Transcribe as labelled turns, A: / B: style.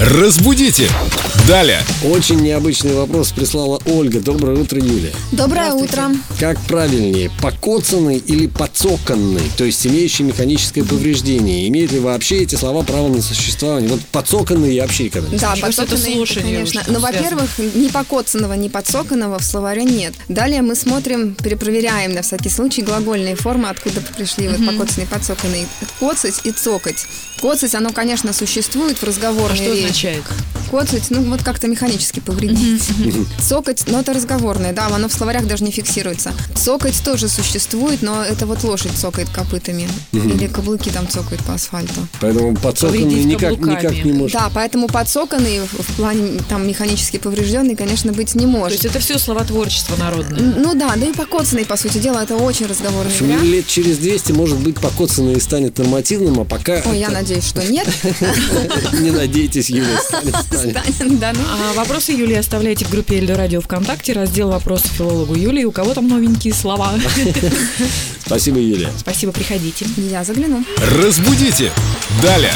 A: Разбудите! Далее!
B: Очень необычный вопрос прислала Ольга. Доброе утро, Юля.
C: Доброе утро.
B: Как правильнее, покоцанный или подсоканный, то есть имеющий механическое повреждение? Имеют ли вообще эти слова право на существование? Вот подсоканный я вообще никогда не
C: Да,
D: Ничего себе, это
C: подсоканный,
D: слушание
C: конечно.
D: уж там
C: Но, во-первых, ни покоцанного, ни подсоканного в словаре нет. Далее мы смотрим, перепроверяем на всякий случай глагольные формы, откуда пришли вот покоцанный, подсоканный. Коцать и цокать. Коцать, оно, конечно, существует в разговорной
D: А что
C: речи.
D: означает?
C: Коцать, ну вот как-то механически повредить. Цокать, но это разговорное, да, оно в словарях даже не фиксируется. Цокать тоже существует, но это вот лошадь цокает копытами. Или каблуки там цокают по асфальту.
B: Поэтому подсоканный
D: Повредить
B: никак,
D: каблуками.
B: никак не может.
C: Да, поэтому подсоканный в- в плане там механически поврежденный, конечно, быть не
D: То есть
C: может.
D: это все словотворчество народное.
C: Н- Ну да, да и покоцанный, по сути дела, это очень разговорный
B: В общем,
C: вариант.
B: лет через 200, может быть, покоцанный станет нормативным, а пока...
C: Ой, я надеюсь, что нет.
B: Не надейтесь, Юля, станет, станет.
C: Да, ну.
D: А вопросы Юлии оставляйте в группе Эльдо Радио ВКонтакте, раздел «Вопросы филологу Юлии». У кого там новенькие слова?
B: Спасибо, Юля.
D: Спасибо, приходите.
C: Я загляну.
A: Разбудите! Далее!